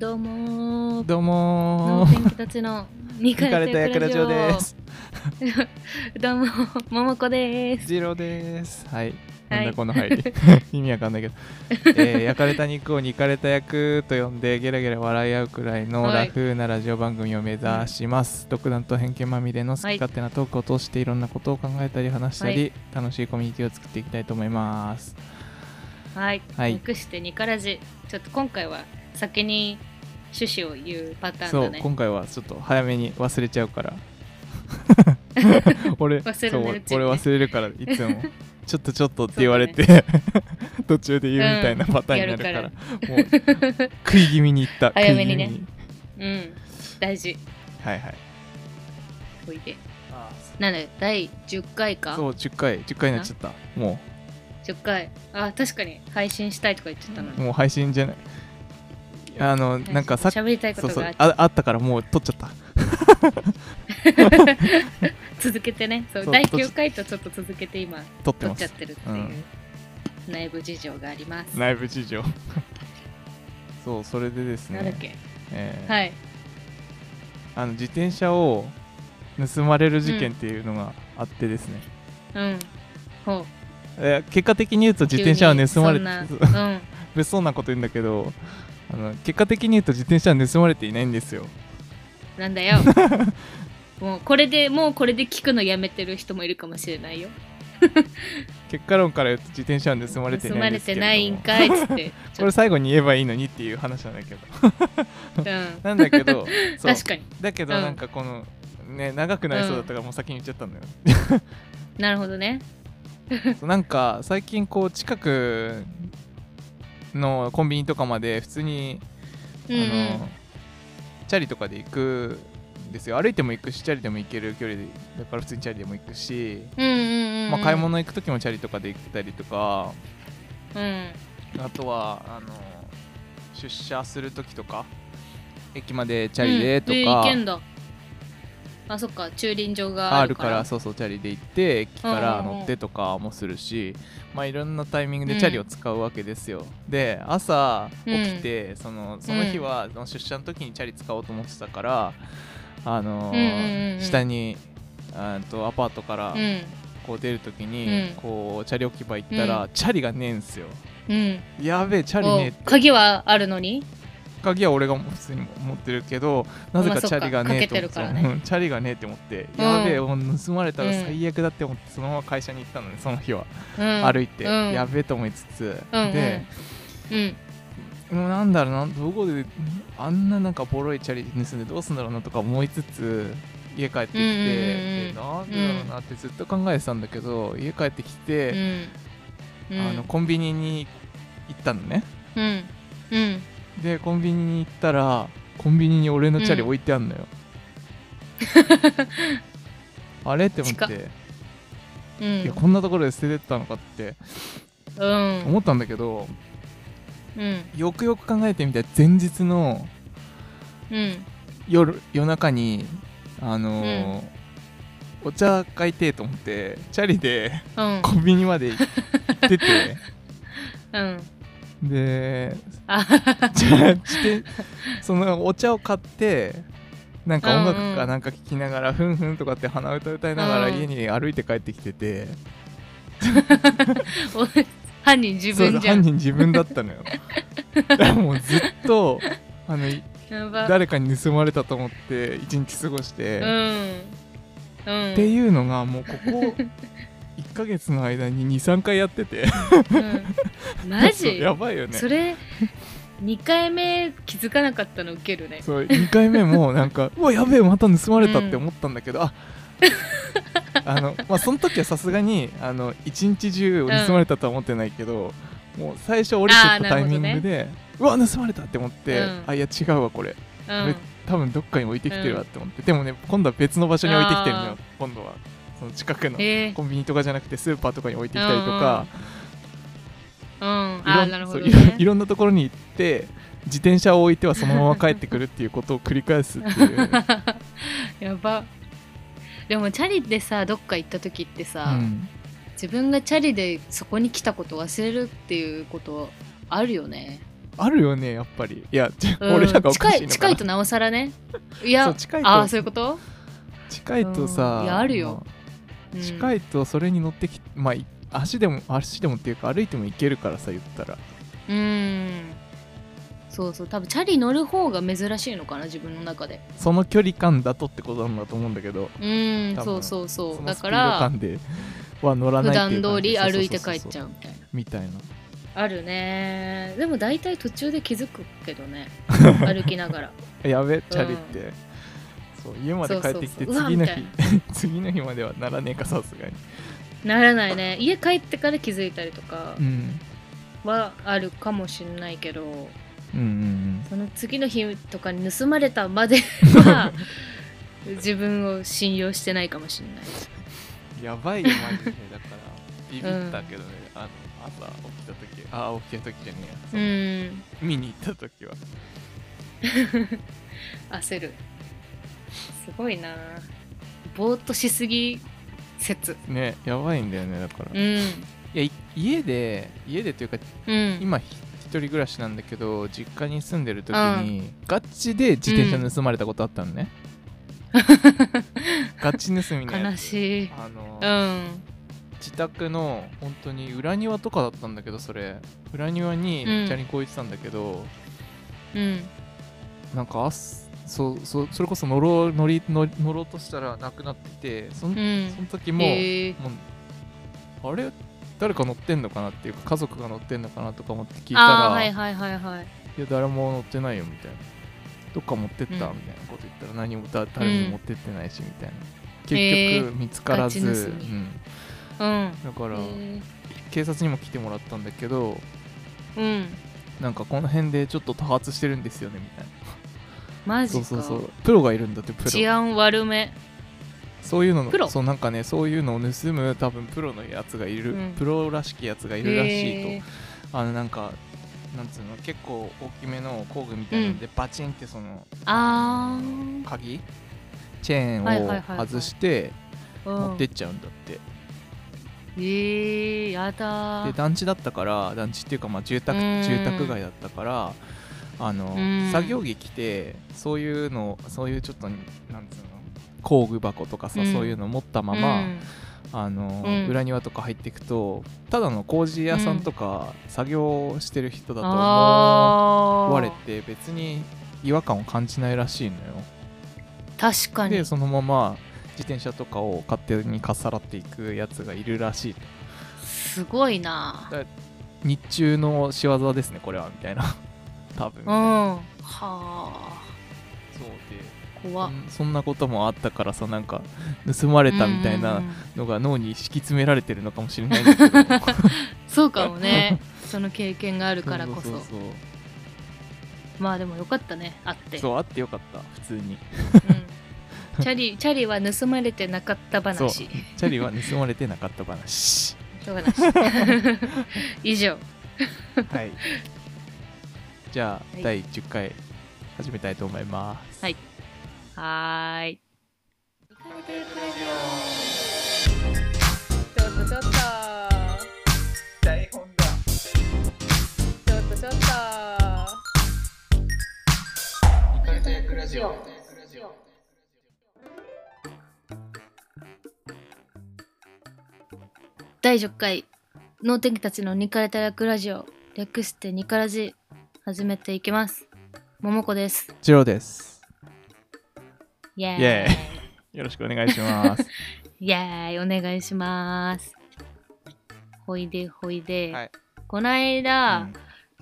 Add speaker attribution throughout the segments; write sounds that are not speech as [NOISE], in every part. Speaker 1: どうもー
Speaker 2: どうも
Speaker 1: 脳
Speaker 2: [LAUGHS] ー。
Speaker 1: 天気たちのニ
Speaker 2: 聞
Speaker 1: カ
Speaker 2: かれ
Speaker 1: レテ
Speaker 2: たや
Speaker 1: ク
Speaker 2: く
Speaker 1: ラ
Speaker 2: ラ
Speaker 1: ジ
Speaker 2: ジ
Speaker 1: オ
Speaker 2: オ
Speaker 1: で
Speaker 2: ですす。
Speaker 1: どうもももこです
Speaker 2: ジローです。はい。
Speaker 1: はい
Speaker 2: なんだこの入 [LAUGHS] り。意味わかん [LAUGHS] ないけど。えー焼かれた肉を煮かれた役と呼んでゲラゲラ笑い合うくらいの
Speaker 1: はい
Speaker 2: ラフなラジオ番組を目指します。独断と偏見まみれの好
Speaker 1: はい
Speaker 2: き勝手なトークを通していろんなことを考えたり話したり、楽しいコミュニティを作っていきたいと思います。
Speaker 1: はい、
Speaker 2: はい
Speaker 1: 略してニカラジちょっと今回は先に趣旨を言うパタ
Speaker 2: そ
Speaker 1: ーンだ
Speaker 2: う、
Speaker 1: ね
Speaker 2: 今回はちょっと早めに忘れちゃう
Speaker 1: [LAUGHS]
Speaker 2: から。俺、
Speaker 1: 忘れ
Speaker 2: そう
Speaker 1: ないう
Speaker 2: 俺
Speaker 1: ちにね
Speaker 2: 忘れるから、いつ
Speaker 1: [LAUGHS]
Speaker 2: も。ちょっとちょっとって言われて、 [LAUGHS] 途中で言うみたいなパターンになるから、
Speaker 1: うんや
Speaker 2: もう食い気味に行った。
Speaker 1: [LAUGHS] 早めにね
Speaker 2: 食い気味
Speaker 1: うん大事
Speaker 2: はいはい。
Speaker 1: おいでなので第10回か
Speaker 2: そう、10回、10回になっちゃった。も
Speaker 1: 10回あ確かに配信したいとか言ってたの
Speaker 2: う、
Speaker 1: に
Speaker 2: もう配信じゃない。あの、なんかさっき、
Speaker 1: 喋りたいこ
Speaker 2: そう
Speaker 1: と
Speaker 2: そう
Speaker 1: があって
Speaker 2: あ、あったからもう撮っちゃった。
Speaker 1: 続けてねそう
Speaker 2: そう
Speaker 1: 第9回とちょっと続けて今
Speaker 2: 撮って
Speaker 1: 撮っ
Speaker 2: ま
Speaker 1: ちゃっ
Speaker 2: す。
Speaker 1: てるっていう、
Speaker 2: うん
Speaker 1: 内部事情があります
Speaker 2: 内部事情。 [LAUGHS] そう、それでです
Speaker 1: なんだっ
Speaker 2: ね、
Speaker 1: け
Speaker 2: えー
Speaker 1: はい
Speaker 2: あの自転車を盗まれる事件っていうのがあってですね、
Speaker 1: うんほう
Speaker 2: えー結果的に言うと自転車は盗まれ
Speaker 1: 急
Speaker 2: て
Speaker 1: にそんなうん
Speaker 2: 物騒なこと言うんだけどあの結果的に言うと自転車は盗まれていないんですよ
Speaker 1: なんだよもうこれでもうこれで聞くのやめてる人もいるかもしれないよ
Speaker 2: 結果論から言うと自転車は盗まれてい
Speaker 1: 盗
Speaker 2: な
Speaker 1: ま
Speaker 2: いん
Speaker 1: れ
Speaker 2: ですけれど
Speaker 1: て
Speaker 2: も
Speaker 1: ないんかいっつって
Speaker 2: これ最後に言えばいいのにっていう話なんだ
Speaker 1: [LAUGHS]
Speaker 2: けど
Speaker 1: うん、確
Speaker 2: なんだけ
Speaker 1: [LAUGHS]
Speaker 2: どそう
Speaker 1: かに
Speaker 2: だけど
Speaker 1: うん
Speaker 2: なんかこの、ね長くなりそうだったからもう先に言っちゃったんだよ、
Speaker 1: なるほどね
Speaker 2: そうなんか最近こう近くのコンビニとかまで普通に
Speaker 1: うんうん
Speaker 2: あのチャリとかで行くんですよ歩いても行くしチャリでも行ける距離でだから普通にチャリでも行くし、
Speaker 1: うんうんうん、
Speaker 2: まあ、買い物行く時もチャリとかで行ったりとか
Speaker 1: うん
Speaker 2: あとはあの出社する時とか駅までチャリでと
Speaker 1: うんえー
Speaker 2: か
Speaker 1: 行け、んだあそっか駐輪場が
Speaker 2: あ
Speaker 1: あ
Speaker 2: る
Speaker 1: る
Speaker 2: か
Speaker 1: からら
Speaker 2: そうそうチャリで行って駅から乗ってとかもするし、まあ、いろんなタイミングでチャリを使うわけですよ、で朝起きて、そのその日はその出社の時にチャリ使おうと思ってたから、あのー
Speaker 1: うんうんうんうん
Speaker 2: 下にあーとアパートから
Speaker 1: うん
Speaker 2: こう出る時に、
Speaker 1: うん
Speaker 2: こうチャリ置き場行ったら、
Speaker 1: う
Speaker 2: チャリがねえんすよ
Speaker 1: うん
Speaker 2: やべえチャリねえって
Speaker 1: お鍵はあるのに
Speaker 2: 鍵は俺が普通に持ってるけどなぜ
Speaker 1: まあ
Speaker 2: かチャリがねえと思っ
Speaker 1: そ
Speaker 2: て
Speaker 1: っかかけてるからね
Speaker 2: うんチャリがねえって思って、
Speaker 1: うん
Speaker 2: やべえもう盗まれたら
Speaker 1: うん
Speaker 2: 最悪だって思ってそのまま会社に行ったのねその日は、
Speaker 1: うん
Speaker 2: 歩いて、
Speaker 1: うん
Speaker 2: やべえと思いつつ、
Speaker 1: うんうん
Speaker 2: で
Speaker 1: うん
Speaker 2: もうなんだろうなどこであんななんかボロいチャリ盗んでどうすんだろうなとか思いつつ家帰ってきて、
Speaker 1: うんうんうん
Speaker 2: でなんでだろうなってずっと考えてたんだけど家帰ってき
Speaker 1: う
Speaker 2: て、
Speaker 1: んうん
Speaker 2: あのコンビニに行ったのね
Speaker 1: うんうん
Speaker 2: でコンビニに行ったらコンビニに俺のチャリ置いてあん
Speaker 1: [LAUGHS]
Speaker 2: のよ、あれって思っ、
Speaker 1: 近ってう
Speaker 2: いや
Speaker 1: ん
Speaker 2: こんなところで捨ててったのかって
Speaker 1: うん
Speaker 2: 思ったんだけど
Speaker 1: うん
Speaker 2: よくよく考えてみたら前日の
Speaker 1: うん
Speaker 2: 夜夜中にあのーお茶買いてえと思ってチャリで
Speaker 1: うん
Speaker 2: コンビニまで行って
Speaker 1: [LAUGHS]
Speaker 2: て
Speaker 1: うん
Speaker 2: で
Speaker 1: あ
Speaker 2: じゃあしてそのお茶を買ってなんか音楽
Speaker 1: うんう
Speaker 2: か
Speaker 1: ん
Speaker 2: なんか聴きながら、ふんふんとかって鼻歌歌いながら
Speaker 1: うん
Speaker 2: 家に歩いて帰ってきてて、
Speaker 1: お犯人自
Speaker 2: そうそ
Speaker 1: 分
Speaker 2: う
Speaker 1: じゃん。
Speaker 2: 犯人自分だった
Speaker 1: [LAUGHS]
Speaker 2: のよだからもうずっとあのい
Speaker 1: やば
Speaker 2: 誰かに盗まれたと思って一日過ごして、
Speaker 1: う
Speaker 2: っ
Speaker 1: ん。うん。
Speaker 2: ていうのがもうここ1ヶ月の間に23回やってて
Speaker 1: うんマ
Speaker 2: そう [LAUGHS]
Speaker 1: ジ
Speaker 2: やばいよね
Speaker 1: それ、2回目気づかなかったのウケるね。
Speaker 2: そう2回目もなん
Speaker 1: [LAUGHS]
Speaker 2: かうわやべえまた盗まれたって思ったんだけど、あ [LAUGHS] あのまあその時はさすがにあの一日中盗まれたとは思ってないけど、もう最初降りてっ
Speaker 1: あー
Speaker 2: た
Speaker 1: な
Speaker 2: タ
Speaker 1: る
Speaker 2: イ
Speaker 1: ほ
Speaker 2: ミ
Speaker 1: どね
Speaker 2: ングで、うわ盗まれたって思って、
Speaker 1: うん
Speaker 2: あいや違うわこれ
Speaker 1: う
Speaker 2: これ
Speaker 1: ん。
Speaker 2: 多分どっかに置いてきてるわって思って、でもね今度は別の場所に置いてきてるの
Speaker 1: あ
Speaker 2: よ今度はその近くの
Speaker 1: えー、
Speaker 2: コンビニとかじゃなくてスーパーとかに置いてきたりとか、
Speaker 1: うん。あ
Speaker 2: いろ
Speaker 1: あ、
Speaker 2: ん
Speaker 1: なるほど、
Speaker 2: そういろ
Speaker 1: ね
Speaker 2: い。ろんなところに行って自転車を置いてはそのまま帰ってくるっていうことを繰り返すっていう
Speaker 1: [LAUGHS] やば。でもチャリでさどっか行った時ってさ、
Speaker 2: うん
Speaker 1: 自分がチャリでそこに来たこと忘れるっていうことあるよね
Speaker 2: あるよねやっぱりいや、ち
Speaker 1: うん
Speaker 2: 俺らがおか
Speaker 1: 近
Speaker 2: しい
Speaker 1: い
Speaker 2: の
Speaker 1: 近
Speaker 2: かない
Speaker 1: となおさらねい
Speaker 2: そ
Speaker 1: や
Speaker 2: う近いと
Speaker 1: ああそういうこと、
Speaker 2: 近いと
Speaker 1: う
Speaker 2: さ
Speaker 1: んいやあるようん
Speaker 2: 近いとそれに乗ってきまあい足でも足でもっていうか歩いても行けるからさ言ったら
Speaker 1: うんそうそう多分チャリ乗る方が珍しいのかな自分の中で
Speaker 2: その距離感だとってことなんだと思うんだけど
Speaker 1: うん
Speaker 2: 多分
Speaker 1: そうそうそ
Speaker 2: そうの
Speaker 1: だ
Speaker 2: スピ
Speaker 1: か
Speaker 2: ード
Speaker 1: ら
Speaker 2: 感では乗ら
Speaker 1: 普
Speaker 2: ないってい
Speaker 1: 段
Speaker 2: う感
Speaker 1: 通
Speaker 2: じ
Speaker 1: り歩いて帰っ
Speaker 2: そうそう
Speaker 1: ち
Speaker 2: そうそう
Speaker 1: ゃうみたいな
Speaker 2: みたいな
Speaker 1: あるねでも大体途中で気づくけどね歩きながら
Speaker 2: やべチャリって、そう家まで帰ってきて
Speaker 1: そうそうそう
Speaker 2: 次の
Speaker 1: うわ
Speaker 2: 日 [LAUGHS] 次の日まではならねえかさすがに
Speaker 1: ならないね家帰ってから気づいたりとか
Speaker 2: うん
Speaker 1: はあるかもしんないけど
Speaker 2: うんうん
Speaker 1: その次の日とかに盗まれたまで [LAUGHS] は自分を信用してないかもしんない
Speaker 2: うんやばいよマジでだからビビったけどね、あの朝起きた時ああ起きた時じゃね
Speaker 1: う
Speaker 2: えや、
Speaker 1: ん
Speaker 2: 見に行った時は
Speaker 1: 焦るすごいなぼーっとしすぎ説
Speaker 2: ねやばいんだよねだから、
Speaker 1: う
Speaker 2: い
Speaker 1: ん
Speaker 2: やい家で家でというか
Speaker 1: うん
Speaker 2: 今ひ一人暮らしなんだけど実家に住んでる時にガチで自転車盗まれたことあったのね、ガチ盗みのや
Speaker 1: 悲
Speaker 2: つ
Speaker 1: しい
Speaker 2: あの、
Speaker 1: うん
Speaker 2: 自宅の本当に裏庭とかだったんだけどそれ裏庭に
Speaker 1: うん
Speaker 2: チャリンコ置いてたんだけど、
Speaker 1: うん
Speaker 2: なんかあっそうそうそれこそ乗ろう乗り乗り乗ろうとしたらなくなっててそん、
Speaker 1: うん
Speaker 2: その時も,、
Speaker 1: へー
Speaker 2: もうあれ誰か乗ってんのかなっていうか家族が乗ってんのかなとか思って聞いたら、
Speaker 1: あーはいはいはいはい
Speaker 2: いや誰も乗ってないよみたいなどっか持ってった、
Speaker 1: うん
Speaker 2: みたいなこと言ったら何もだ誰も持ってってないし、みたいな
Speaker 1: へ
Speaker 2: 結
Speaker 1: ー
Speaker 2: 局見つからず、
Speaker 1: ガチ盗み
Speaker 2: うん
Speaker 1: うん
Speaker 2: だから、
Speaker 1: へ
Speaker 2: 警察にも来てもらったんだけど
Speaker 1: ーうん
Speaker 2: なんかこの辺でちょっと多発してるんですよねみたいな
Speaker 1: マジ
Speaker 2: そう
Speaker 1: か
Speaker 2: そうそうプロがいるんだってプ
Speaker 1: 治
Speaker 2: ロ
Speaker 1: 安悪め
Speaker 2: そういうの
Speaker 1: プロ
Speaker 2: のそうなんかねそういうのを盗む多分プロのやつがいる、
Speaker 1: うん
Speaker 2: プロらしきやつがいるらしいと、
Speaker 1: へー
Speaker 2: あのなんかなんつうの結構大きめの工具みたいなので、バチンってその
Speaker 1: あー
Speaker 2: 鍵チェ
Speaker 1: はいはいはい
Speaker 2: ーン
Speaker 1: は
Speaker 2: を
Speaker 1: い
Speaker 2: 外して
Speaker 1: うん
Speaker 2: 持ってっちゃうんだって、
Speaker 1: えー、やだー
Speaker 2: で団地だったから団地っていうかまあ住宅
Speaker 1: うん
Speaker 2: 住宅街だったからあの
Speaker 1: うん
Speaker 2: 作業着着てそういうのそういうちょっとなんつうの工具箱とかさ、
Speaker 1: うん
Speaker 2: そういうの持ったまま、
Speaker 1: うん
Speaker 2: あの
Speaker 1: うん
Speaker 2: 裏庭とか入っていくとただの工事屋さんとか、作業してる人だと思
Speaker 1: あー
Speaker 2: われて別に違和感を感じないらしいのよ。
Speaker 1: 確かに
Speaker 2: でそのまま自転車とかを勝手にかっさらっていくやつがいるらしい
Speaker 1: すごいな
Speaker 2: だ日中の仕業ですねこれはみたいな [LAUGHS] 多分
Speaker 1: うんはあ
Speaker 2: そうで
Speaker 1: 怖っ
Speaker 2: うんそんなこともあったからさなんか盗まれたみたい
Speaker 1: うんう
Speaker 2: なん
Speaker 1: うん
Speaker 2: のが脳に敷き詰められてるのかもしれないんだ
Speaker 1: [LAUGHS]
Speaker 2: けど
Speaker 1: そうかも
Speaker 2: [LAUGHS]
Speaker 1: ねその経験があるからこそ
Speaker 2: そうそうそう
Speaker 1: まあでもよかったねあって
Speaker 2: そうあってよかった普通に
Speaker 1: うんチャリチャリは盗まれてなかった
Speaker 2: そう
Speaker 1: 話
Speaker 2: チャリは盗まれてなかった話
Speaker 1: そう話 [LAUGHS] 以上
Speaker 2: はいじゃあ、
Speaker 1: はい
Speaker 2: 第10回始めたいと思います
Speaker 1: はいはーいちょっとちょっと
Speaker 2: 台本だ
Speaker 1: ちょっとちょっと
Speaker 2: イカれた役ラジオ
Speaker 1: 第10回能天気たちのニカレタ略ラジオ略してニカラジ始めていきます桃子です
Speaker 2: ジローです
Speaker 1: イエーイ
Speaker 2: イエよろしくお願いします。
Speaker 1: イエーイお願いしますほいでほいで、
Speaker 2: はい
Speaker 1: こないだ、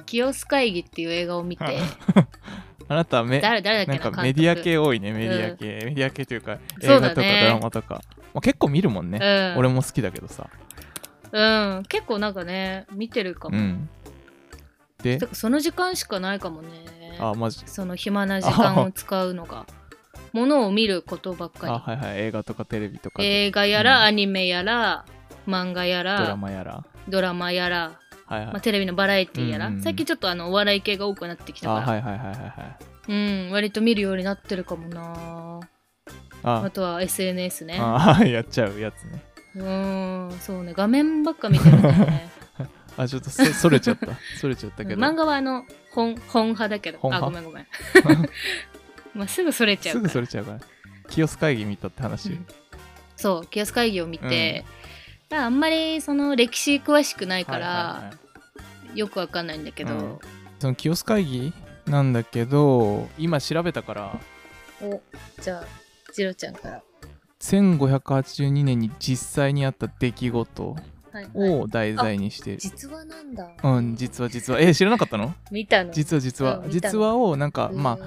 Speaker 1: 清須会議っていう映画を見
Speaker 2: [LAUGHS]
Speaker 1: て
Speaker 2: [LAUGHS] あなため
Speaker 1: 誰誰だ
Speaker 2: な
Speaker 1: っ
Speaker 2: ん
Speaker 1: けな
Speaker 2: か
Speaker 1: 監督
Speaker 2: メディア系多いねメディア系、メディア系というか映
Speaker 1: そう
Speaker 2: 画と
Speaker 1: だね
Speaker 2: かドラマとか、まあ、結構見るもんね、
Speaker 1: うん、
Speaker 2: 俺も好きだけどさ、
Speaker 1: うん結構なんかね見てるか
Speaker 2: う
Speaker 1: も、
Speaker 2: ん、で
Speaker 1: てかその時間しかないかもね
Speaker 2: あマジ
Speaker 1: その暇な時間を使うのがものを見ることばっかり
Speaker 2: あはいはい映画とかテレビとか
Speaker 1: 映画や
Speaker 2: う
Speaker 1: ら
Speaker 2: ん
Speaker 1: アニメやら漫画や
Speaker 2: ド
Speaker 1: らド
Speaker 2: ラ
Speaker 1: ラマ
Speaker 2: マやら
Speaker 1: やら、
Speaker 2: はいはい、
Speaker 1: まあ、テレビのバラエティやら、
Speaker 2: うんうんうん
Speaker 1: 最近ちょっとあのお笑い系が多くなってきた
Speaker 2: あ
Speaker 1: から、
Speaker 2: はいはいはいはいはい
Speaker 1: うん割と見るようになってるかもなあ
Speaker 2: あ
Speaker 1: とは SNS ね
Speaker 2: [LAUGHS] あやっちゃうやつね [LAUGHS]
Speaker 1: うんそうね画面ばっか見てるね
Speaker 2: あちょっとそそれちゃったそれちゃったけど
Speaker 1: 漫画はあの本本派だけど
Speaker 2: 本
Speaker 1: あご
Speaker 2: 派
Speaker 1: めん
Speaker 2: [LAUGHS]
Speaker 1: ごめんまあすぐそれちゃ
Speaker 2: す
Speaker 1: う
Speaker 2: ぐ
Speaker 1: から
Speaker 2: それちゃうから清須会議見たって話、
Speaker 1: うんそう清須会議を見て、だからあんまりその歴史詳しくないか
Speaker 2: は
Speaker 1: ら、
Speaker 2: いはいはい
Speaker 1: よくわかんないんだけど、
Speaker 2: うんその清須会議なんだけど今調べたから
Speaker 1: おじゃあジロちゃんから
Speaker 2: 1582年に実際にあった出来事
Speaker 1: はいはい
Speaker 2: を題材にしてる、
Speaker 1: 実話なんだ
Speaker 2: うん実は実はえ知らなかったの
Speaker 1: 見たの
Speaker 2: 実は実は、
Speaker 1: うん見たの
Speaker 2: 実話をなんか、ま
Speaker 1: うん
Speaker 2: あ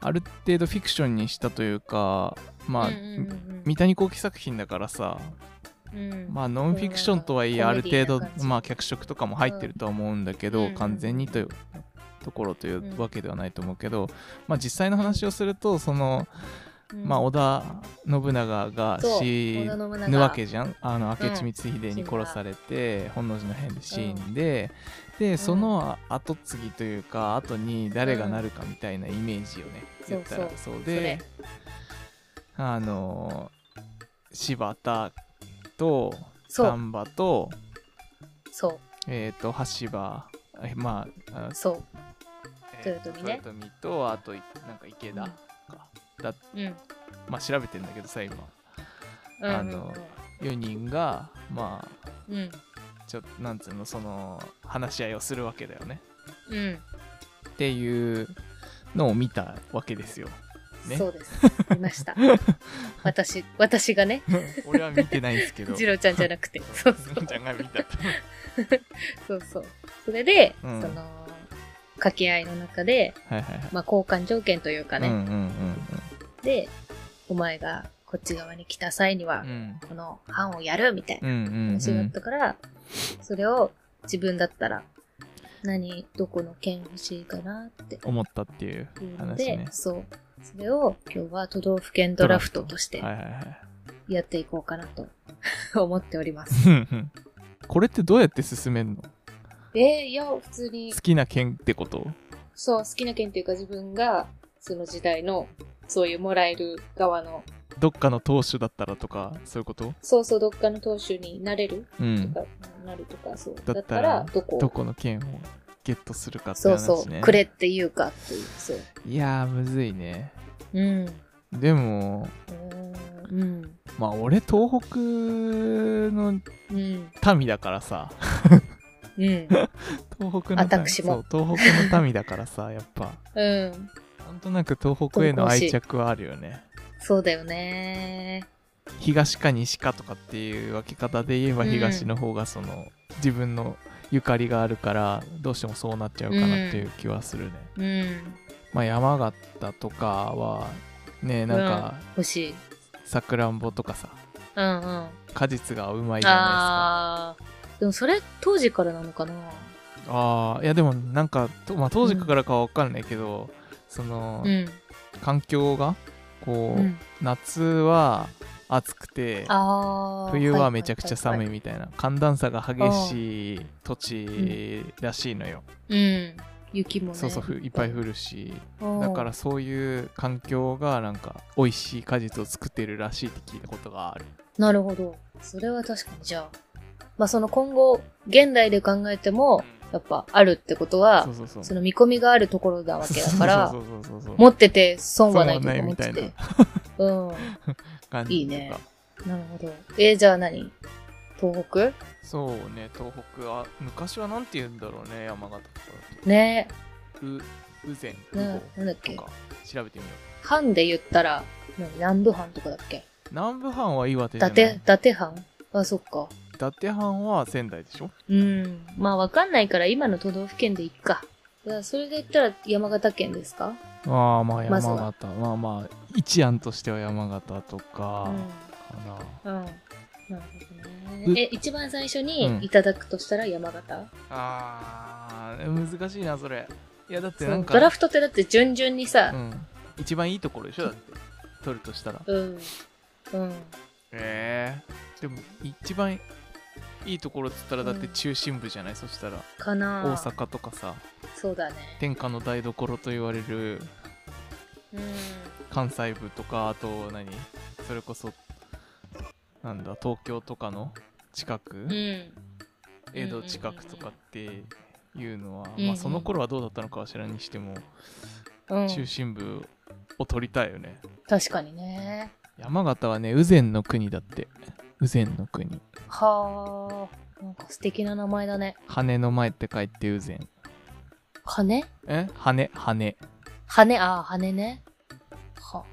Speaker 2: ある程度フィクションにしたというかまあ、
Speaker 1: うんうんうん
Speaker 2: 三谷幸喜作品だからさ
Speaker 1: うん
Speaker 2: まあノンフィクションとはいえ
Speaker 1: コ
Speaker 2: あ
Speaker 1: メ
Speaker 2: る
Speaker 1: ディ
Speaker 2: 程
Speaker 1: な感じ
Speaker 2: 度まあ脚色とかも入ってるとは思うんだけど、
Speaker 1: うん
Speaker 2: 完全にというところとい
Speaker 1: ん
Speaker 2: うわけではないと思うけど、まあ実際の話をするとその、
Speaker 1: うん
Speaker 2: まあ織田信長が
Speaker 1: そう
Speaker 2: 死
Speaker 1: 織田信長
Speaker 2: ぬわけじゃんあの
Speaker 1: うん
Speaker 2: 明智光秀に殺されて、本能寺の変で死んで、
Speaker 1: ん
Speaker 2: でその後継ぎというか後に誰がなるかみたいなイメージよね、
Speaker 1: うん
Speaker 2: 言ったら
Speaker 1: そ
Speaker 2: そう
Speaker 1: そ
Speaker 2: で
Speaker 1: れ
Speaker 2: あの柴田と
Speaker 1: そう
Speaker 2: 丹波と,、
Speaker 1: そう
Speaker 2: えー、と橋場えまああの
Speaker 1: そう
Speaker 2: えー
Speaker 1: 豊臣ね
Speaker 2: 豊臣とあといなんか池田か、だ
Speaker 1: うん
Speaker 2: まあ調べてんだけどさ今
Speaker 1: うん
Speaker 2: あの4人がまあ
Speaker 1: うん
Speaker 2: ちょなんつうのその話し合いをするわけだよね
Speaker 1: うん、
Speaker 2: っていうのを見たわけです
Speaker 1: [LAUGHS]
Speaker 2: よね
Speaker 1: そうです見ました
Speaker 2: [LAUGHS]
Speaker 1: 私私がね
Speaker 2: 俺は見てないんですけど
Speaker 1: ジロちゃんじゃな
Speaker 2: [LAUGHS]
Speaker 1: くてそうそう
Speaker 2: ジロちゃんが見た
Speaker 1: そうそうそれで、
Speaker 2: うん
Speaker 1: その掛け合いの中で、
Speaker 2: はいはいはい
Speaker 1: まあ、交換条件というかね、
Speaker 2: うんうん
Speaker 1: でお前がこっち側に来た際には、
Speaker 2: うんうん
Speaker 1: この班をやるみたいな
Speaker 2: うんうんうん
Speaker 1: 話だったから、それを自分だったら何どこの県欲しいかなって
Speaker 2: 思ったっていう
Speaker 1: いうの
Speaker 2: 話
Speaker 1: で、
Speaker 2: ね
Speaker 1: そうそれを今日は都道府県ドラフトとして
Speaker 2: はいはいはい
Speaker 1: やっていこうかなと [LAUGHS] 思っております。
Speaker 2: うんうん [LAUGHS] これってどうやって進めんの
Speaker 1: えー、いや普通に
Speaker 2: 好きな県ってこと
Speaker 1: そう好きな県っていうか自分がその時代のそういうもらえる側の
Speaker 2: どっかの投手だったらとかそういうこと
Speaker 1: そうそうどっかの当主になれる
Speaker 2: うん
Speaker 1: とか、なるとかそう
Speaker 2: た
Speaker 1: だ
Speaker 2: ら
Speaker 1: ったらどこを
Speaker 2: どこの県をゲットするかって話
Speaker 1: そ
Speaker 2: ね
Speaker 1: うそうくれっていうかっていうそう
Speaker 2: いやーむずいね
Speaker 1: うん
Speaker 2: でも
Speaker 1: うん
Speaker 2: まあ俺東北の
Speaker 1: うん
Speaker 2: 民だからさ [LAUGHS]
Speaker 1: うん
Speaker 2: 東北の民
Speaker 1: 私も
Speaker 2: そう東北の民だからさやっぱ [LAUGHS]
Speaker 1: うん
Speaker 2: なんとなく東北への愛着はあるよね
Speaker 1: そうだよね
Speaker 2: 東か西かとかっていう分け方で言えば
Speaker 1: うん
Speaker 2: 東の方がその、自分のゆかりがあるからどうしてもそうなっちゃうかなっていう気はするね、
Speaker 1: うん
Speaker 2: まあ山形とかはねなんか
Speaker 1: 欲しい
Speaker 2: さくらんぼとかさ
Speaker 1: うんうん
Speaker 2: 果実がうまいじゃないですか
Speaker 1: ああーでもそれ当時からなのかな
Speaker 2: ああいやでもなんか、とまあ、当時からかは分かんないけど、その、
Speaker 1: うん
Speaker 2: 環境がこう、
Speaker 1: うん
Speaker 2: 夏は暑くて
Speaker 1: あー
Speaker 2: 冬はめちゃくちゃ寒い
Speaker 1: は
Speaker 2: みたいな、寒暖差が激しい土地らしいのよ、
Speaker 1: いはいはいうん雪もね
Speaker 2: そうそうふいっぱい降るし、
Speaker 1: うん
Speaker 2: だからそういう環境がなんか美味しい果実を作ってるらしいって聞いたことがある
Speaker 1: なるほどそれは確かにじゃあまあその今後現代で考えてもやっぱあるってことは
Speaker 2: そうそうそう
Speaker 1: その見込みがあるところなわけだから
Speaker 2: そうそうそうそうそう
Speaker 1: 持ってて損はないと思って
Speaker 2: 損はない
Speaker 1: て
Speaker 2: み。
Speaker 1: うん。
Speaker 2: 感じとか
Speaker 1: いいねなるほど。えー、じゃあ何東北
Speaker 2: そうね東北は昔はなんて言うんだろうね山形とかだと
Speaker 1: ね
Speaker 2: う、うぜん、う
Speaker 1: ななんだっ
Speaker 2: ご
Speaker 1: け
Speaker 2: とか調べてみよ
Speaker 1: 藩で言ったら、何南部藩とかだっけ
Speaker 2: う。南部藩は岩手
Speaker 1: 伊
Speaker 2: じゃない。
Speaker 1: 達、
Speaker 2: 伊
Speaker 1: 伊達藩あ、そっか。
Speaker 2: 達藩は仙台でしょ
Speaker 1: うん。まあわかんないから今の都道府県でいっか。じゃあそれで言ったら山形県ですか
Speaker 2: ああ、まあ
Speaker 1: ま
Speaker 2: 山
Speaker 1: ずは
Speaker 2: 形。まあまあ、一案としては山形とかかな。
Speaker 1: うん。うん。なるほど
Speaker 2: う
Speaker 1: ね。え、一番最初
Speaker 2: うん
Speaker 1: にいただくとしたら山形、
Speaker 2: ああ、難しいな、それ。いや、だって
Speaker 1: そう
Speaker 2: なんか、
Speaker 1: ドラフトってだって順々にさ
Speaker 2: う、ん。一番いいところでしょだって。取るとしたら。
Speaker 1: うん。うん。
Speaker 2: ええでも、一番いいところっつったら、だって
Speaker 1: うん
Speaker 2: 中心部じゃない、そしたら。
Speaker 1: かな
Speaker 2: 大阪とかさ、
Speaker 1: そうだね。
Speaker 2: 天下の台所と言われる
Speaker 1: うん。
Speaker 2: 関西部とかあと何それこそなんだ東京とかの近く
Speaker 1: うん。
Speaker 2: 江戸近くとかっていうのは、
Speaker 1: うん
Speaker 2: まあ、その頃はどうだったのかは知らんにしても、
Speaker 1: うん、
Speaker 2: 中心部を取りたいよね
Speaker 1: 確かにね
Speaker 2: 山形はね羽前の国だって羽前の国
Speaker 1: はあなんか素敵な名前だね
Speaker 2: 羽の前って書いて羽前
Speaker 1: 羽
Speaker 2: え羽羽
Speaker 1: 羽ああ羽ねは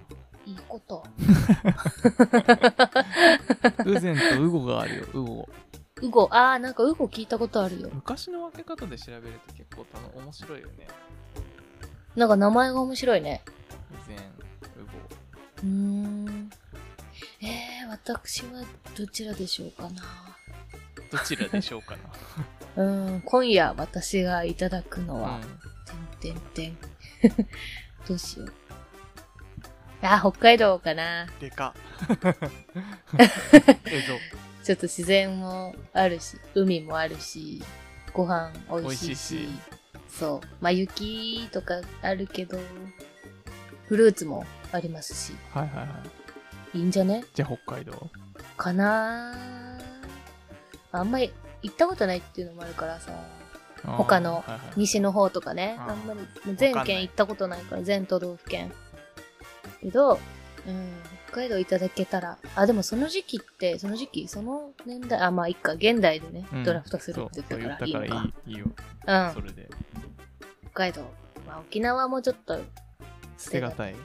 Speaker 1: いいこと
Speaker 2: 羽前と羽後があるよ羽後
Speaker 1: うごああなんかうご聞いたことあるよ
Speaker 2: 昔の分け方で調べると結構たの面白いよね
Speaker 1: なんか名前が面白いね
Speaker 2: 羽前羽後
Speaker 1: うーんえー、私はどちらでしょうかな
Speaker 2: どちらでしょう
Speaker 1: [LAUGHS]
Speaker 2: か
Speaker 1: うん今夜私がいただくの
Speaker 2: な、、
Speaker 1: は
Speaker 2: うん
Speaker 1: てんてんてん [LAUGHS] どうしようあ北海道かな
Speaker 2: でか。 [LAUGHS] えっ
Speaker 1: ちょっと自然もあるし海もあるしご飯美味し
Speaker 2: 美味しい
Speaker 1: いし
Speaker 2: し
Speaker 1: そうまあ雪とかあるけどフルーツもありますし
Speaker 2: と。はいはいはい。
Speaker 1: いいんじゃね
Speaker 2: じゃあ北海道。
Speaker 1: かなあんまり行ったことないっていうのもあるからさ
Speaker 2: あー
Speaker 1: 他の
Speaker 2: はいはい
Speaker 1: 西の方とかね
Speaker 2: あー
Speaker 1: あんまりもう全
Speaker 2: わかんな
Speaker 1: 県
Speaker 2: い
Speaker 1: 行ったことないから全都道府県けど、うん、北海道いただけたらあでもその時期ってその時期その年代あまあいっか現代でね、
Speaker 2: うん
Speaker 1: ドラフトする
Speaker 2: そ
Speaker 1: っ
Speaker 2: う
Speaker 1: て言
Speaker 2: そう言
Speaker 1: っ
Speaker 2: ったた
Speaker 1: からいい
Speaker 2: から
Speaker 1: の
Speaker 2: い
Speaker 1: か
Speaker 2: いいいよ。
Speaker 1: う
Speaker 2: そ
Speaker 1: ん
Speaker 2: れで。
Speaker 1: 北海道、まあ、沖縄もちょっと
Speaker 2: 捨てがたい。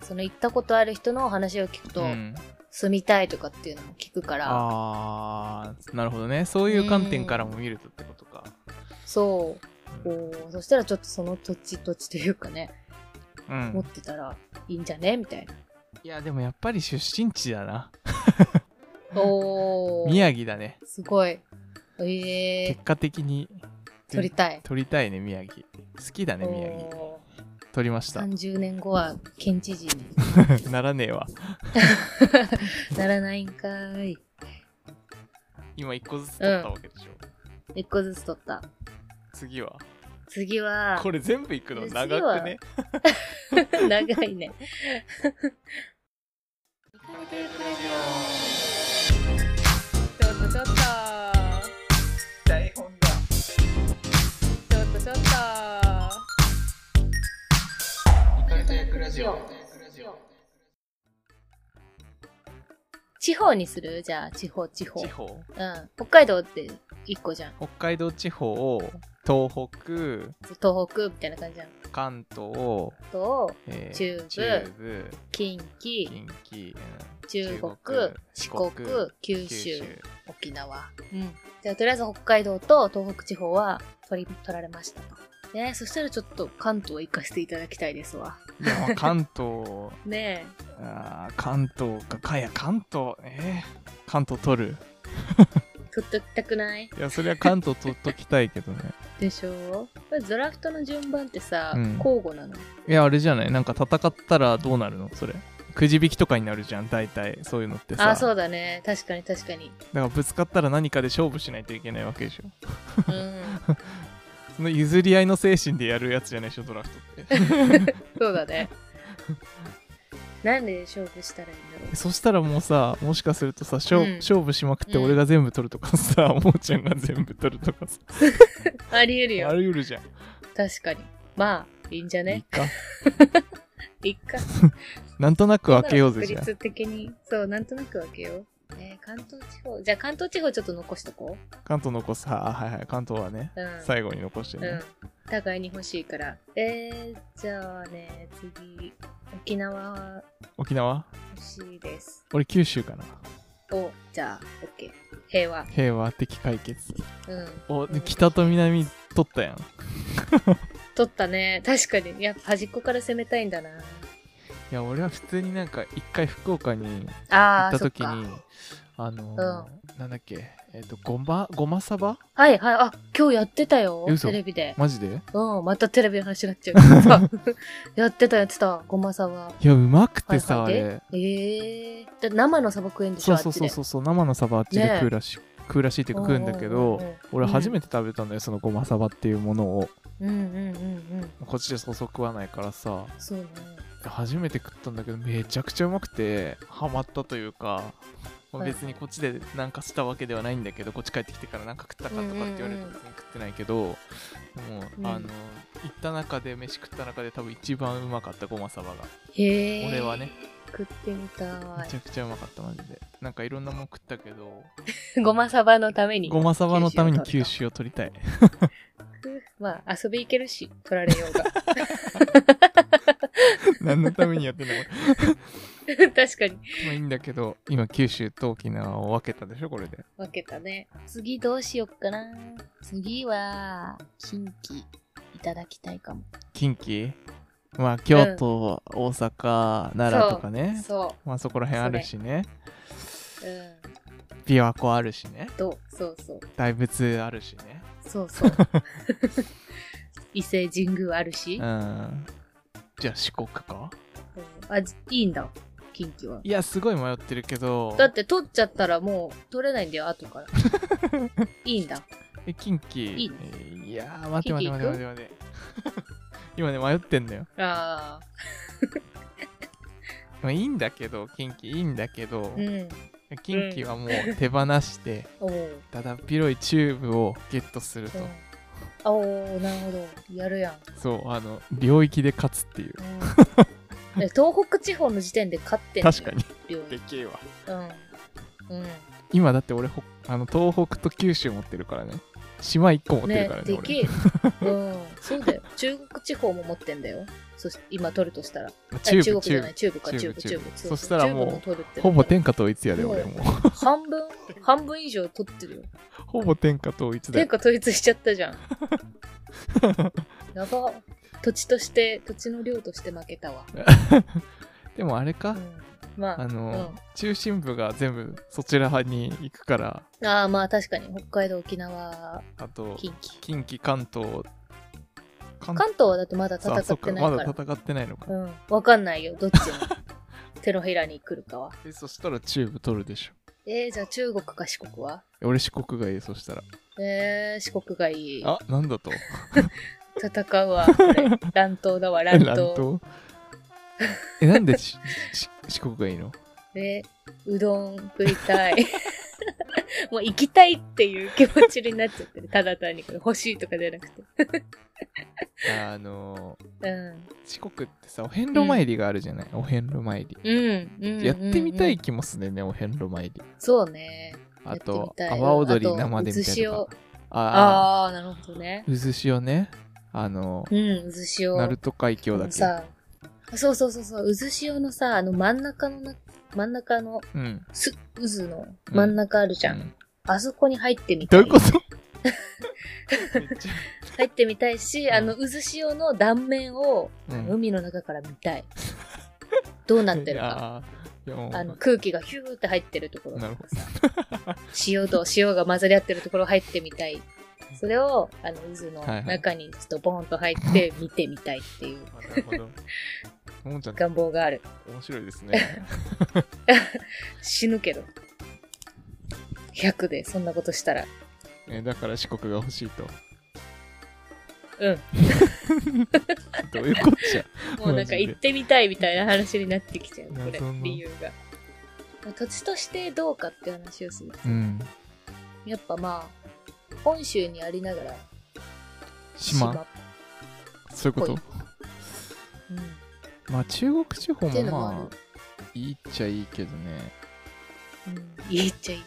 Speaker 1: その行ったことある人の話を聞くと、
Speaker 2: うん
Speaker 1: 住みたいとかっていうのも聞くから
Speaker 2: ああ、なるほどね。そういう観点からも見るとってことか。
Speaker 1: そう
Speaker 2: う
Speaker 1: こうそしたらちょっとその土地土地というかね、
Speaker 2: んう
Speaker 1: 持っ
Speaker 2: ん。
Speaker 1: てたらいいんじゃねみたいな。
Speaker 2: いや、でもやっぱり出身地だな。
Speaker 1: おー、
Speaker 2: 宮城だね。
Speaker 1: すごい。えー
Speaker 2: 結、果的に
Speaker 1: 撮りたい。
Speaker 2: 取りたいね、宮城。好きだね、宮城。
Speaker 1: お
Speaker 2: 取りまし
Speaker 1: ー
Speaker 2: た。
Speaker 1: 30年後は県知事に
Speaker 2: ならねえわ。
Speaker 1: ならないんかーい。
Speaker 2: 今一個ずつ取ったわけでしょ。
Speaker 1: 1個ずつ取った。
Speaker 2: 次は。
Speaker 1: 次は、
Speaker 2: これ全部いくの
Speaker 1: 次は
Speaker 2: 長くね。
Speaker 1: 長いね。ちょっとちょっと。
Speaker 2: 台本だ。
Speaker 1: ちょっとちょっと。地方にするじゃあ、地方、地方。
Speaker 2: 地方
Speaker 1: うん。北海道って1個じゃん。
Speaker 2: 北海道地方東北
Speaker 1: 東北みたいな感じじゃん。
Speaker 2: 関東、
Speaker 1: と、
Speaker 2: え
Speaker 1: 中部
Speaker 2: 中部
Speaker 1: 近畿、
Speaker 2: 近畿、うん
Speaker 1: 中国、四国、九
Speaker 2: 九州
Speaker 1: 州、沖縄。うん。じゃあ、とりあえず北海道と東北地方は取り、取られましたと。ねそしたらちょっと関東行かせていただきたいですわ。
Speaker 2: いやまあ関東
Speaker 1: ね
Speaker 2: あー関東かかいや関東えー関東取る
Speaker 1: え、取っときたくない
Speaker 2: いやそれは関東取っときたいけどね
Speaker 1: でしょドラフトの順番ってさ、
Speaker 2: うん
Speaker 1: 交互なの。
Speaker 2: いやあれじゃないなんか戦ったらどうなるのそれくじ引きとかになるじゃん大体そういうのってさ
Speaker 1: あ、そう
Speaker 2: だ
Speaker 1: だね。確かに確かに。
Speaker 2: からぶつかったら何かで勝負しないといけないわけでしょ
Speaker 1: うん。
Speaker 2: その譲り合いの精神でやるやつじゃないでしょドラフト
Speaker 1: [LAUGHS]
Speaker 2: って
Speaker 1: そうだね。なんで勝負したらいいんだろう
Speaker 2: そしたらもうさもしかするとさ勝,、
Speaker 1: うん
Speaker 2: 勝負しまくって
Speaker 1: うん
Speaker 2: 俺が全部取るとか
Speaker 1: [LAUGHS]
Speaker 2: さ、おもちゃんが全部取るとかさ。
Speaker 1: あり得る
Speaker 2: あ
Speaker 1: よ。
Speaker 2: り得るじゃん、
Speaker 1: 確かに。まあ、いいんじゃ
Speaker 2: いい
Speaker 1: ね
Speaker 2: か
Speaker 1: いっか。
Speaker 2: なんとなく分けようぜじゃ
Speaker 1: 確率的に。そう、なんとなく分けよう。えー関東地方。じゃあ関東地方ちょっと残しとこ
Speaker 2: あ関東残すはあはいはい関東はね、
Speaker 1: う。うん。
Speaker 2: 最後に残して
Speaker 1: う
Speaker 2: ね
Speaker 1: ん、。互いに欲しいから。えー、じゃあね、次、沖縄
Speaker 2: 沖縄
Speaker 1: 欲しいです。
Speaker 2: 俺九州かな
Speaker 1: お、じゃあ、OK。平和。
Speaker 2: 平和的解決
Speaker 1: うん。
Speaker 2: お
Speaker 1: うん
Speaker 2: 北と南取ったやんい
Speaker 1: 取ったね。確かに。やっぱ端っこから攻めたいんだな。
Speaker 2: や俺は普通になんか一回福岡に行
Speaker 1: あ
Speaker 2: っ
Speaker 1: あ、
Speaker 2: た
Speaker 1: そっ
Speaker 2: 時
Speaker 1: か
Speaker 2: に。あのーなんだっけえっ、とごまごまサバ
Speaker 1: はいはい。あ、今日やってたよ。
Speaker 2: 嘘
Speaker 1: テレビで。
Speaker 2: マジで
Speaker 1: うん、またテレビの話になっち
Speaker 2: [LAUGHS]
Speaker 1: ゃう [LAUGHS] けどさ。やってたやってた、ごまさば。
Speaker 2: いやうまくてさ、
Speaker 1: はいはい
Speaker 2: あ
Speaker 1: で
Speaker 2: れ
Speaker 1: ええー。だって生のサバ食えんでし
Speaker 2: そ
Speaker 1: ょ
Speaker 2: うそうそう
Speaker 1: う
Speaker 2: そうそう生のサバあっちで
Speaker 1: ねえ
Speaker 2: 食うらしい、食うらしいっていうか食うんだけど、
Speaker 1: うんうんうんうん
Speaker 2: 俺初めて食べたんだよそのごまサバっていうものを
Speaker 1: うんうんうんうん。
Speaker 2: こっちでそうそう食わないからさ
Speaker 1: そうね。
Speaker 2: 初めて食ったんだけどめちゃくちゃうまくてハマったというかまあ別にこっちでなんかしたわけではないんだけどこっち帰ってきてからなんか食ったかとかって言われると別に食ってないけど、でも、
Speaker 1: うん
Speaker 2: あの行った中で飯食った中で多分一番うまかったごまさばが、
Speaker 1: へえ
Speaker 2: 俺はね
Speaker 1: 食ってみた
Speaker 2: めちゃくちゃうまかったマジでなんかいろんなもん食ったけど
Speaker 1: いごまさばのために
Speaker 2: ごまさばのために九州を取りたい
Speaker 1: まあ遊び行けるし取られようが
Speaker 2: [LAUGHS] 何のためにやってんのこれ [LAUGHS]
Speaker 1: 確かに
Speaker 2: まあいいんだけど今九州と沖縄を分けたでしょこれで
Speaker 1: 分けたね次どうしよっかな次は近畿いただきたいかも
Speaker 2: 近畿まあ京都、大阪奈良とかね
Speaker 1: そ
Speaker 2: まあそこら辺あるしね
Speaker 1: ううん
Speaker 2: 琵琶湖あるしね
Speaker 1: どうそうそう
Speaker 2: 大仏あるしね
Speaker 1: そう
Speaker 2: [LAUGHS]
Speaker 1: そう伊勢神宮あるし、
Speaker 2: うんじゃあ四国か
Speaker 1: あじいいんだ近畿はい
Speaker 2: やすごい迷ってるけど
Speaker 1: だって取っちゃったらもう取れないんだよ後
Speaker 2: [LAUGHS]
Speaker 1: からいいんだ
Speaker 2: え近畿
Speaker 1: いい
Speaker 2: いやー待って待って待って待って待って [LAUGHS] 今ね迷ってんだよ
Speaker 1: ああ
Speaker 2: まあいいんだけど近畿いいんだけど、
Speaker 1: うん
Speaker 2: 近畿はもう手放して
Speaker 1: おー
Speaker 2: ただ広いチューブをゲットすると、
Speaker 1: うんあおーなるほどや
Speaker 2: [LAUGHS]
Speaker 1: るやん、
Speaker 2: そうあの領域で勝つっていう
Speaker 1: うんえ東北地方の時点で勝ってんのよ
Speaker 2: 確かに
Speaker 1: 料
Speaker 2: で
Speaker 1: 理
Speaker 2: けえわ
Speaker 1: うん、うん
Speaker 2: 今だって俺ほあの東北と九州持ってるからね島1個持ってるからね
Speaker 1: でけえ
Speaker 2: 俺
Speaker 1: ようんそうだよ中国地方も持ってんだよそし今取るとしたら
Speaker 2: まあ
Speaker 1: あ
Speaker 2: 中
Speaker 1: 中
Speaker 2: 部
Speaker 1: 国じ
Speaker 2: 中
Speaker 1: ゃない
Speaker 2: 部
Speaker 1: 中部か
Speaker 2: 中
Speaker 1: 中
Speaker 2: 部
Speaker 1: 部中
Speaker 2: 中
Speaker 1: 部
Speaker 2: 部
Speaker 1: うう
Speaker 2: そしたらもう
Speaker 1: 中部取るって
Speaker 2: ほぼ天下統一やで俺
Speaker 1: も
Speaker 2: もう
Speaker 1: 半分半分以上取ってるよ
Speaker 2: ほぼ天下統一だ
Speaker 1: 天
Speaker 2: よ
Speaker 1: 下統一しちゃったじ
Speaker 2: [LAUGHS]
Speaker 1: ゃんやば土地として土地の量として負けたわ、
Speaker 2: でもあれか、
Speaker 1: うんま
Speaker 2: あ
Speaker 1: あ
Speaker 2: の、中心部が全部そちら派に行くから
Speaker 1: ああまあ確かに北海道沖縄
Speaker 2: あと
Speaker 1: 近畿
Speaker 2: 近畿関東関
Speaker 1: 関東はだってまだ戦
Speaker 2: あそ
Speaker 1: っ
Speaker 2: ってか
Speaker 1: ないか
Speaker 2: ま
Speaker 1: ら
Speaker 2: だ戦ってないのか、
Speaker 1: うんわかんないよどっち [LAUGHS] が手のひらに来るかは
Speaker 2: えそしたら中部取るでしょ
Speaker 1: えー、じゃあ中国か四国は
Speaker 2: 俺四国がいいそしたら
Speaker 1: えー、四国がいい
Speaker 2: あなんだと
Speaker 1: 戦うわこれ乱闘だわ乱
Speaker 2: [LAUGHS]
Speaker 1: 闘
Speaker 2: 闘えなんでしし四国がいいの
Speaker 1: えうどん食いたい [LAUGHS] もう行きたいっていう気持ちになっちゃってるただ単にこれ欲しいとかじゃなくて
Speaker 2: あの
Speaker 1: うん
Speaker 2: 四国ってさお遍路参りがあるじゃない、お遍路参り、
Speaker 1: うん、うん、
Speaker 2: やってみた
Speaker 1: う
Speaker 2: い
Speaker 1: ん
Speaker 2: 気もするねお遍路参り
Speaker 1: うんそうね
Speaker 2: あと
Speaker 1: やってみたい
Speaker 2: 阿波踊り生で見た
Speaker 1: あと渦
Speaker 2: りと
Speaker 1: 潮
Speaker 2: かあ
Speaker 1: ああなるほどね
Speaker 2: あ渦潮ねあの
Speaker 1: うん渦潮
Speaker 2: 鳴門海峡だっけ
Speaker 1: さそうそうそうそう渦潮のさあの真ん中のな真ん中の
Speaker 2: うん
Speaker 1: す渦の真ん中あるじゃん、
Speaker 2: うん
Speaker 1: あそこに入ってみた
Speaker 2: ど
Speaker 1: い
Speaker 2: [LAUGHS]
Speaker 1: う
Speaker 2: いうことめっちゃ
Speaker 1: 入ってみたいし、
Speaker 2: うん
Speaker 1: あの渦潮の断面を、
Speaker 2: うん
Speaker 1: 海の中から見たいどうなってる
Speaker 2: あ
Speaker 1: か
Speaker 2: ーいやもう
Speaker 1: あの空気がヒューって入ってるところと
Speaker 2: なる
Speaker 1: か
Speaker 2: ほ
Speaker 1: さ潮と潮が混ざり合ってるところ入ってみたいそれをあの渦
Speaker 2: はいは
Speaker 1: の
Speaker 2: い
Speaker 1: 中にちょっとボーンと入って見てみたいっていう
Speaker 2: あなるほどももちゃん
Speaker 1: 願望がある
Speaker 2: 面白いですね
Speaker 1: 死ぬけど100でそんなことしたら
Speaker 2: [LAUGHS] えだから四国が欲しいと
Speaker 1: うん
Speaker 2: どういうこっちゃ [LAUGHS]
Speaker 1: もうなんか行ってみたいみたいな話になってきちゃう、これ
Speaker 2: 謎の、
Speaker 1: 理由が。まあ土地としてどうかって話をすると、
Speaker 2: うん
Speaker 1: やっぱまあ、本州にありながら
Speaker 2: 島
Speaker 1: 島
Speaker 2: そういうこ
Speaker 1: ぽ
Speaker 2: と
Speaker 1: いうん、っ
Speaker 2: まあ中国地方
Speaker 1: てい
Speaker 2: も
Speaker 1: うのもある
Speaker 2: まあ。いいっちゃいいけどね
Speaker 1: うん、言っちゃいい。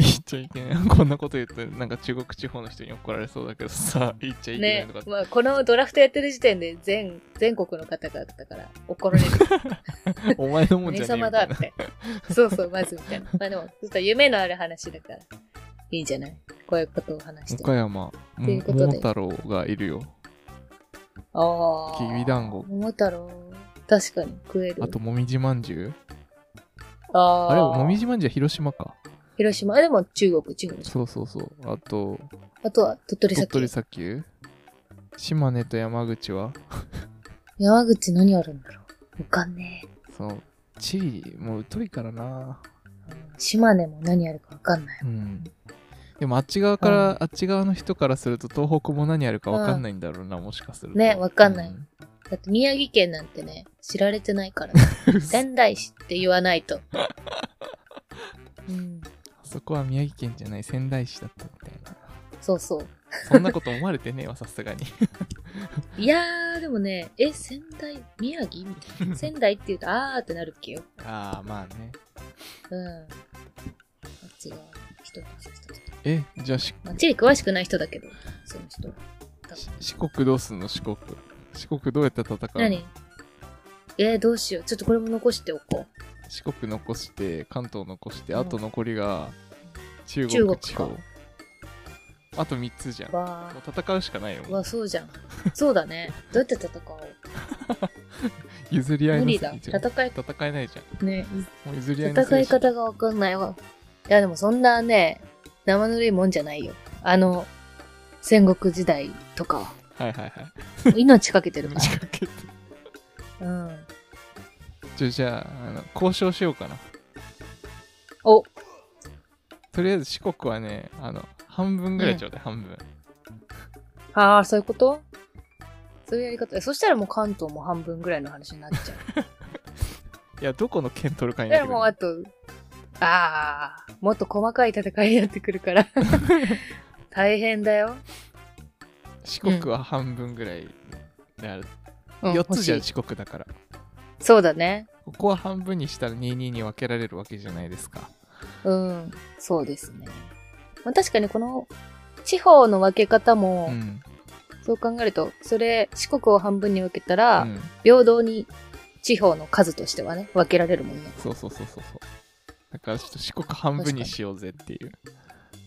Speaker 2: いいっちゃいいけどねこんなこと言うとなんか中国地方の人に怒られそうだけど
Speaker 1: [LAUGHS]
Speaker 2: さいいっちゃいいけない
Speaker 1: ね
Speaker 2: とかっ、て、
Speaker 1: まあ、このドラフトやってる時点で全全国の方々から
Speaker 2: [LAUGHS]
Speaker 1: 怒られる。 [LAUGHS]
Speaker 2: お前のもんじゃね
Speaker 1: 何
Speaker 2: え
Speaker 1: 様
Speaker 2: みた
Speaker 1: だ
Speaker 2: いな
Speaker 1: って。そうそう、まず
Speaker 2: [LAUGHS]
Speaker 1: みたいな。まあでも、ちょっと夢のある話だから、いいんじゃないこういうことを話して。
Speaker 2: 岡山
Speaker 1: とい
Speaker 2: も
Speaker 1: うことで
Speaker 2: 桃太郎がいるよ
Speaker 1: ああ。
Speaker 2: きびだんご
Speaker 1: 桃太郎。確かに、食える。
Speaker 2: あともみじまんじゅう
Speaker 1: あー
Speaker 2: あれもみじまんじゅうは広島か
Speaker 1: 広島、あでも中国、中国。
Speaker 2: そうそうそうあと
Speaker 1: あとは鳥取
Speaker 2: 鳥
Speaker 1: 砂
Speaker 2: 取
Speaker 1: 丘。
Speaker 2: 砂丘島根と山口は
Speaker 1: 山口何あるんだろうわかんねえ。
Speaker 2: そう地理もう疎いからな
Speaker 1: 島根も何あるかわかんない。
Speaker 2: うんでもあっち側から、あっち側の人からすると東北も何あるか分かんないんだろうな、もしかすると
Speaker 1: ねわかんない
Speaker 2: うん
Speaker 1: だって宮城県なんてね、知られてないから、仙台市って言わないと。
Speaker 2: そこは宮城県じゃない仙台市だったみたいな
Speaker 1: そうそう。
Speaker 2: そんなこと思われてねえわさすがに
Speaker 1: いやー、でもね、え、仙台、宮城みたいな。仙台って言うと、あーってなるっけよ。
Speaker 2: [LAUGHS] ああまあね
Speaker 1: うん。あっちが、人と人と人。
Speaker 2: えじゃあし
Speaker 1: まあ地理詳しくない人だけど、その人。
Speaker 2: し四国どうすんの四国四国どうやって戦うの
Speaker 1: 何えー、どうしよう。ちょっとこれも残しておこ
Speaker 2: 四国残して関東残して
Speaker 1: うん
Speaker 2: あと残りが中
Speaker 1: 中
Speaker 2: 国
Speaker 1: 国
Speaker 2: 地方
Speaker 1: か
Speaker 2: あと3つじゃん
Speaker 1: う。
Speaker 2: も
Speaker 1: わ
Speaker 2: [LAUGHS] う戦うしかないよ
Speaker 1: ー。わー、そうじゃん。そうだね。どうやって戦おう
Speaker 2: 譲り合い
Speaker 1: 無
Speaker 2: の
Speaker 1: 理だ。
Speaker 2: 席じゃん
Speaker 1: 戦い、
Speaker 2: 戦えないじゃ
Speaker 1: ね、
Speaker 2: んもう譲り合いの
Speaker 1: 戦い
Speaker 2: 席
Speaker 1: 方がわかんないわ。いや、でもそんなね、生ぬるいもんじゃないよ。あの、戦国時代とかは。
Speaker 2: [LAUGHS] はいはいはい
Speaker 1: もう命かけてるか
Speaker 2: 命かけて
Speaker 1: ら。うん。
Speaker 2: ちょじゃああの交渉しようかな
Speaker 1: お、
Speaker 2: とりあえず四国はねあの半分ぐらいちょうだい、半分
Speaker 1: ああ、そういうことそういうやり方。えそしたらもう関東も半分ぐらいの話になっちゃう。
Speaker 2: いやどこの県取る [LAUGHS] かに
Speaker 1: だ
Speaker 2: な
Speaker 1: か
Speaker 2: っ
Speaker 1: ら
Speaker 2: てく
Speaker 1: も
Speaker 2: る
Speaker 1: うあと、ああ、もっと細かい戦いになってく
Speaker 2: [LAUGHS]
Speaker 1: るから。大変だよ。
Speaker 2: 四国は半分ぐらいである、
Speaker 1: うん、
Speaker 2: 4つじゃん
Speaker 1: 欲しい
Speaker 2: 四国だから
Speaker 1: そうだね。
Speaker 2: ここは半分にしたら22に分けられるわけじゃないですか
Speaker 1: うん。そうですね。まあ、確かにこの地方の分け方
Speaker 2: う
Speaker 1: も、
Speaker 2: ん、
Speaker 1: そう考えると、それ四国を半分に分けたら、
Speaker 2: うん
Speaker 1: 平等に地方の数としてはね、分けられるもんね。
Speaker 2: そうそうそうそうそうだからちょっと四国半分にしようぜっていう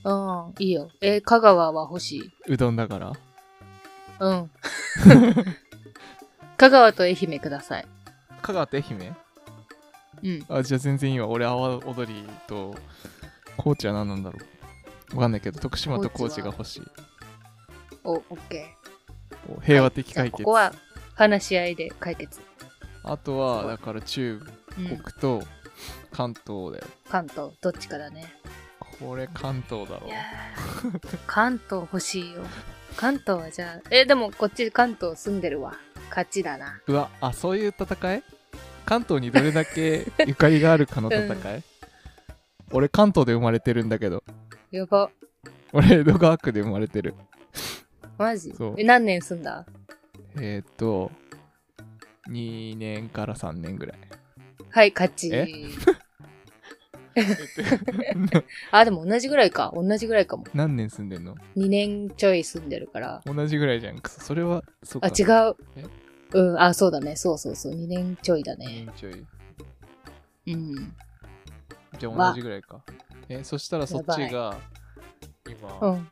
Speaker 1: うん、いいよ。えー香川は欲しい。
Speaker 2: うどんだから
Speaker 1: [LAUGHS] うん。香川と愛媛ください。
Speaker 2: 香川と愛媛
Speaker 1: うん。
Speaker 2: あじゃあ全然いいわ俺阿波踊りと高知は何なんだろうわかんないけど徳島と高知が欲しい
Speaker 1: お、オッケ
Speaker 2: こう平和的
Speaker 1: ー。じゃあ
Speaker 2: 解決、
Speaker 1: ここは話し合いで解決。
Speaker 2: あとはだから中
Speaker 1: う
Speaker 2: 国
Speaker 1: ん。
Speaker 2: と関東で、
Speaker 1: 関東、どっちかだね。
Speaker 2: これ関東だろ
Speaker 1: いうや
Speaker 2: [LAUGHS]
Speaker 1: ー関東欲しいよ。関東はじゃあ、え、でもこっち関東住んでるわ。勝ちだな。
Speaker 2: うわあそういう戦い関東にどれだけゆかりがあるかの戦い、俺関東で生まれてるんだけど
Speaker 1: やば。
Speaker 2: 俺江戸川区で生まれてる
Speaker 1: マジ
Speaker 2: そう
Speaker 1: え、何年住んだ
Speaker 2: えー、っと2年から3年ぐらい
Speaker 1: はい、勝ち
Speaker 2: え。
Speaker 1: [LAUGHS] あ、でも同じぐらいか。同じぐらいかも。
Speaker 2: 何年住んでんの
Speaker 1: 2年ちょい住んでるから。
Speaker 2: 同じぐらいじゃんくそそれはそう
Speaker 1: あ、
Speaker 2: か
Speaker 1: 違
Speaker 2: う
Speaker 1: う
Speaker 2: え。
Speaker 1: うん、あ、そうだね。そうそうそう。2年ちょいだね。
Speaker 2: ちょい
Speaker 1: うん。
Speaker 2: じゃあ
Speaker 1: わ
Speaker 2: 同じぐらいかえそしたらそっちが今、
Speaker 1: う
Speaker 2: あ
Speaker 1: ん。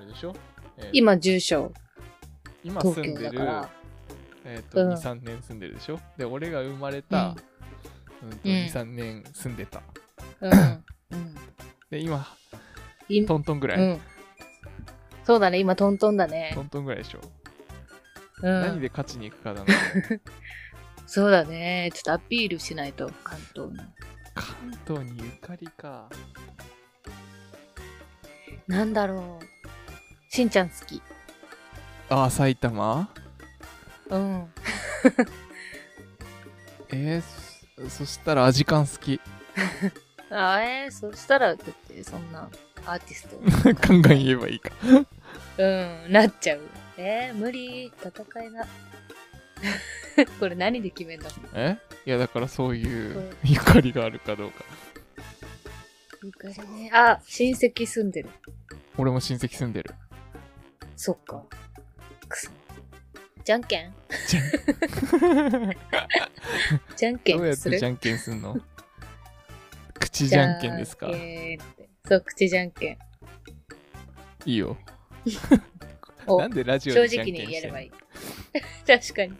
Speaker 2: れでしょ、えー
Speaker 1: 今、住所、
Speaker 2: 今
Speaker 1: 東
Speaker 2: 住ん
Speaker 1: 京
Speaker 2: で
Speaker 1: だ
Speaker 2: る
Speaker 1: から。
Speaker 2: えっ、と、
Speaker 1: うん
Speaker 2: 2、3年住んでるでしょで、俺が生まれた、うんと
Speaker 1: うん
Speaker 2: 2、3年住んでた。
Speaker 1: うん。うん。
Speaker 2: で、今、
Speaker 1: い
Speaker 2: トントンぐらい、
Speaker 1: うん。そうだね。今、トントンだね
Speaker 2: ト。ントンぐらいでしょ、
Speaker 1: う
Speaker 2: 何
Speaker 1: ん。
Speaker 2: で勝ちに行くかだな。
Speaker 1: そうだね。ちょっとアピールしないと、関東に。
Speaker 2: 関東にゆかりか。
Speaker 1: なんだろう。しんちゃん好き。
Speaker 2: ああ、埼玉
Speaker 1: うん。
Speaker 2: えー、そそしたらアジカン好き。
Speaker 1: あえー、そしたら、だって、そんな、アーティ
Speaker 2: [LAUGHS]
Speaker 1: スト。
Speaker 2: ガンガン言えばいいか。
Speaker 1: うん、なっちゃう。えー、無理。戦いな。 [LAUGHS] これ何で決めんだ
Speaker 2: えいや、だからそういううゆかりがあるかどうか。
Speaker 1: ゆかりね。あ、親戚住んでる。
Speaker 2: 俺も親戚住んでる。
Speaker 1: そっか。くそ。じゃんけ
Speaker 2: [LAUGHS]
Speaker 1: ん
Speaker 2: じゃん
Speaker 1: じゃんけ
Speaker 2: どうや
Speaker 1: ん
Speaker 2: っ
Speaker 1: す
Speaker 2: て
Speaker 1: る
Speaker 2: じゃんけんすんの口じゃんけんですか
Speaker 1: じゃんけんってそう、口じゃんけん。
Speaker 2: いいよ。
Speaker 1: お
Speaker 2: なんでラジオ
Speaker 1: 正
Speaker 2: でじゃん
Speaker 1: 直
Speaker 2: けんして
Speaker 1: に言え
Speaker 2: ん
Speaker 1: れ
Speaker 2: の
Speaker 1: ばいい。 [LAUGHS] 確かに。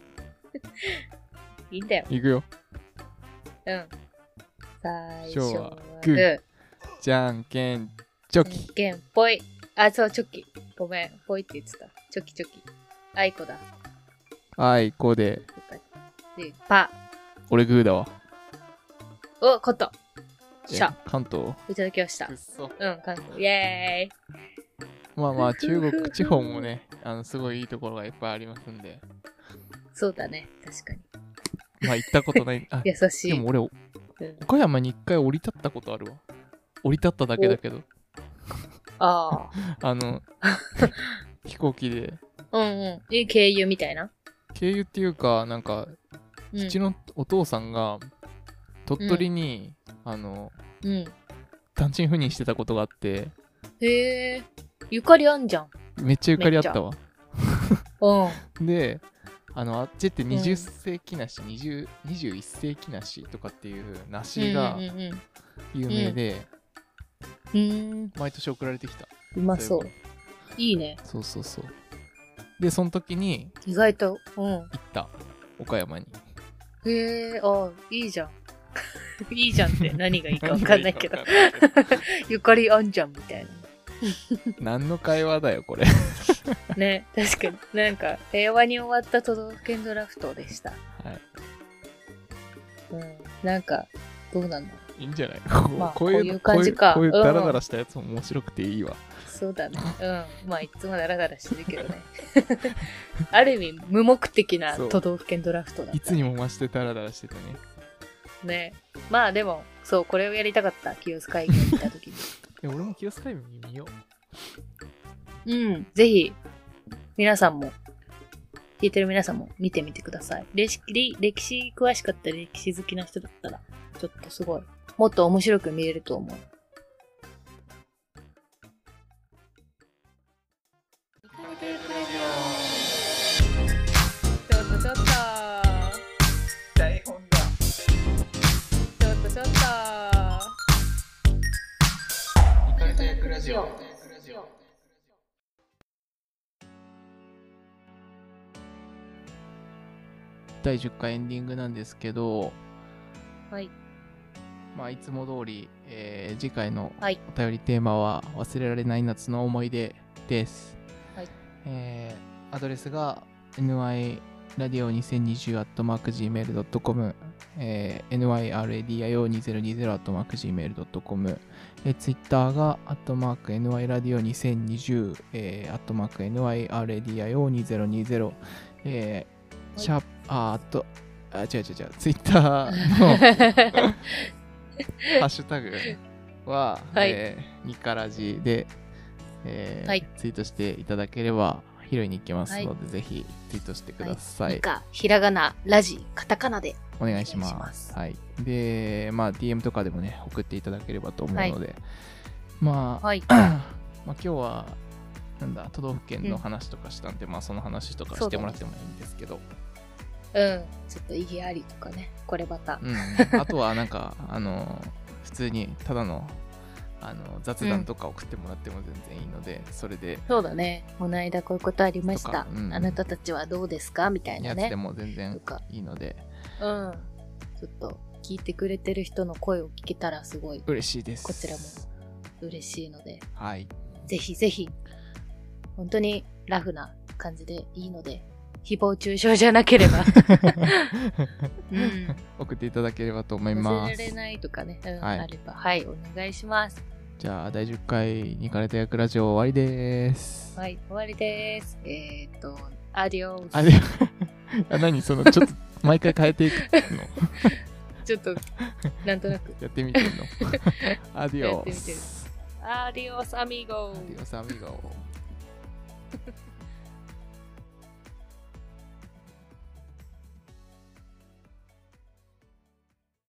Speaker 1: [LAUGHS] いいんだよ。
Speaker 2: いくよ。
Speaker 1: うん。最初
Speaker 2: 今日
Speaker 1: は
Speaker 2: は
Speaker 1: グ
Speaker 2: グー
Speaker 1: ー。じゃ
Speaker 2: じゃんけん、チョキ
Speaker 1: ん。けんぽい。あ、そう、チョキ。ごめん。ぽいって言ってた。チョキチョキ。あいこだ。
Speaker 2: あいこで。
Speaker 1: で、パ
Speaker 2: 俺グーだわ。
Speaker 1: ー。お、こと。
Speaker 2: え
Speaker 1: しゃ。
Speaker 2: 関東
Speaker 1: いただきました。
Speaker 2: そ。
Speaker 1: うん、韓国。イェーイ。
Speaker 2: まあまあ、中国地方もね、 [LAUGHS] あの、すごいいいところがいっぱいありますんで。
Speaker 1: そうだね。確かに。 [LAUGHS]
Speaker 2: まあ、行ったことない。あ、
Speaker 1: 優し
Speaker 2: で
Speaker 1: い。
Speaker 2: も俺、
Speaker 1: うん
Speaker 2: 岡山に一回降り立ったことあるわ。降り立っただけだけど
Speaker 1: あ
Speaker 2: あ
Speaker 1: [LAUGHS]
Speaker 2: の飛行機で
Speaker 1: あ。うんうん。で、経由みたいな。
Speaker 2: 経由っていうかなんか
Speaker 1: うん。
Speaker 2: うちのお父さんが鳥取に、あの
Speaker 1: うん。
Speaker 2: 単身赴任してたことがあって
Speaker 1: へえ。ゆかりあんじゃん。
Speaker 2: めっちゃゆかりあったわ
Speaker 1: うん。
Speaker 2: であのあっちって
Speaker 1: うん
Speaker 2: 20世紀梨、20 21世紀梨とかっていう梨が
Speaker 1: うんうん
Speaker 2: 有名で、
Speaker 1: うん。うん。
Speaker 2: 毎年送られてきた
Speaker 1: うまそう
Speaker 2: い。
Speaker 1: いいね。
Speaker 2: そうそうそうでその時に
Speaker 1: 意外と。うん。
Speaker 2: 行った岡山に
Speaker 1: へえ、ああ、いいじゃん。 [LAUGHS] いいじゃんって何がいいかわかんないけど。
Speaker 2: 何がいいかわかんない
Speaker 1: ゆかりあんじゃんみたいな。
Speaker 2: けど [LAUGHS] 何の会話だよこれ
Speaker 1: ね、 [LAUGHS] 確かに。なんか、平和に終わった都道府県ドラフトでした。
Speaker 2: はい
Speaker 1: うん。なんか、どうなんだろ
Speaker 2: いいんじゃない、こう
Speaker 1: まあ
Speaker 2: こうい
Speaker 1: こういうう感じか
Speaker 2: こういうこう
Speaker 1: う
Speaker 2: い
Speaker 1: ん
Speaker 2: う
Speaker 1: う
Speaker 2: ダ
Speaker 1: ん
Speaker 2: ラダラしたやつも面白くていいわ、
Speaker 1: う。そうだね。うん。まあ、いつもダラダラしてるけど [LAUGHS] ね。ある意味、無目的な
Speaker 2: そう
Speaker 1: 都道府県ドラフトだった。
Speaker 2: いつにも増してダラダラしてたね
Speaker 1: ね。まあ、でも、そう、これをやりたかった。清須会議に行った時に。
Speaker 2: いや俺も清須海に見よ
Speaker 1: うん、ぜひ、皆さんも、聞いてる皆さんも見てみてください。歴史、歴史詳しかったり歴史好きな人だったら、ちょっとすごい、もっと面白く見えると思う。ちょっとちょっと、
Speaker 2: う台本だ
Speaker 1: ちょっとちょっと。
Speaker 2: イカれた役ラジオ第10回エンディングなんですけど、
Speaker 1: [LAUGHS] はい。
Speaker 2: まあ、いつも通り、えー次回の
Speaker 1: はい
Speaker 2: お便りテーマは「忘れられない夏の思い出」です、
Speaker 1: はい
Speaker 2: えーアドレスが nyradio2020.gmail.com、えー、nyradio2020.gmail.com えー、ツイッターが、アットマーク NYRadio2020、えー、アットマーク NYRadio2020、えー、シャープ、あ、あと、あ、違う違う違う、ツイッターの
Speaker 1: [LAUGHS]
Speaker 2: ハッシュタグは、
Speaker 1: はい
Speaker 2: えー、ニカラジで、えー
Speaker 1: はい
Speaker 2: ツイートしていただければ拾いに行きますので、ぜひツイートしてください。
Speaker 1: 以下、ひらがな、ラジ、カタカナで。
Speaker 2: お願いしま。
Speaker 1: お願いしますす
Speaker 2: はい。で、まあ、DM とかでもね、送っていただければと思うので、まあ、
Speaker 1: はい。
Speaker 2: [CLEARS THROAT] まあ今日は、なんだ、都道府県の話とかしたんで、まあ、その話とかしてもらってもいいんですけど、
Speaker 1: うん。ちょっと意義ありとかね、これまた。 [LAUGHS]
Speaker 2: うん、あとは、なんか、あの、普通に、ただの、あの雑談とか送ってもらっても全然いいので、それで
Speaker 1: そうだね。この間こういうことありまし
Speaker 2: とか
Speaker 1: た。
Speaker 2: うん
Speaker 1: あなたたちはどうですかみたいな
Speaker 2: やつ
Speaker 1: ね
Speaker 2: で。も全然
Speaker 1: とか
Speaker 2: いいので
Speaker 1: うん。ちょっと聞いてくれてる人の声を聞けたらすごい
Speaker 2: 嬉しいです
Speaker 1: こちらも嬉しいので、
Speaker 2: はい
Speaker 1: ぜひぜひ、本当にラフな感じでいいので、誹謗中傷じゃなければ、 [LAUGHS] うん、
Speaker 2: [LAUGHS] 送っていただければと思い
Speaker 1: 忘
Speaker 2: ま
Speaker 1: れ
Speaker 2: す
Speaker 1: られないとかね、うん
Speaker 2: はい
Speaker 1: あれば、はい、お願いします。
Speaker 2: じゃあ第10回にかれた役ラジオ終わりです。
Speaker 1: はい、終わりです。えーっと、アディオ
Speaker 2: あ
Speaker 1: ス
Speaker 2: れ [LAUGHS] あ何そのちょっと毎回変えていくの [LAUGHS]
Speaker 1: ちょっと、なんとなく、
Speaker 2: やってみて
Speaker 1: [LAUGHS]
Speaker 2: んの [LAUGHS] アディ
Speaker 1: やっ
Speaker 2: オ
Speaker 1: てみてる
Speaker 2: ス。
Speaker 1: アディオスアミゴ
Speaker 2: アディオスアミゴ。